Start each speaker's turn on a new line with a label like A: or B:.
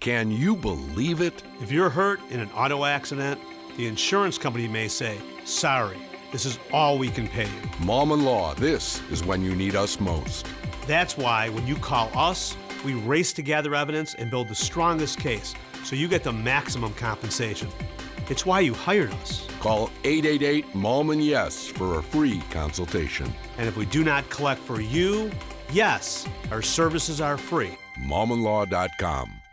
A: Can you believe it?
B: If you're hurt in an auto accident, the insurance company may say, Sorry, this is all we can pay you.
A: Mom and Law, this is when you need us most.
B: That's why when you call us, we race to gather evidence and build the strongest case so you get the maximum compensation. It's why you hired us.
A: Call 888 Mom and Yes for a free consultation.
B: And if we do not collect for you, yes, our services are free.
A: MomandLaw.com.